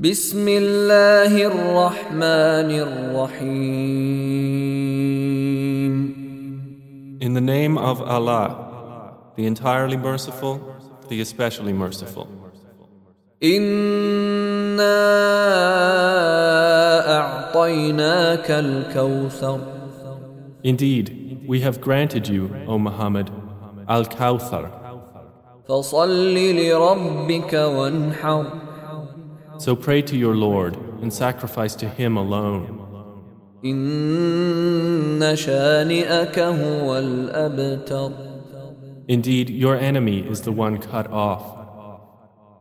بسم الله الرحمن الرحيم In the name of Allah, the entirely merciful, the especially merciful. إنا أعطيناك الكوثر Indeed, we have granted you, O Muhammad, Al Kawthar. فصل لربك وانحر So pray to your Lord and sacrifice to Him alone. إن شانئك هو الأبتر Indeed, your enemy is the one cut off.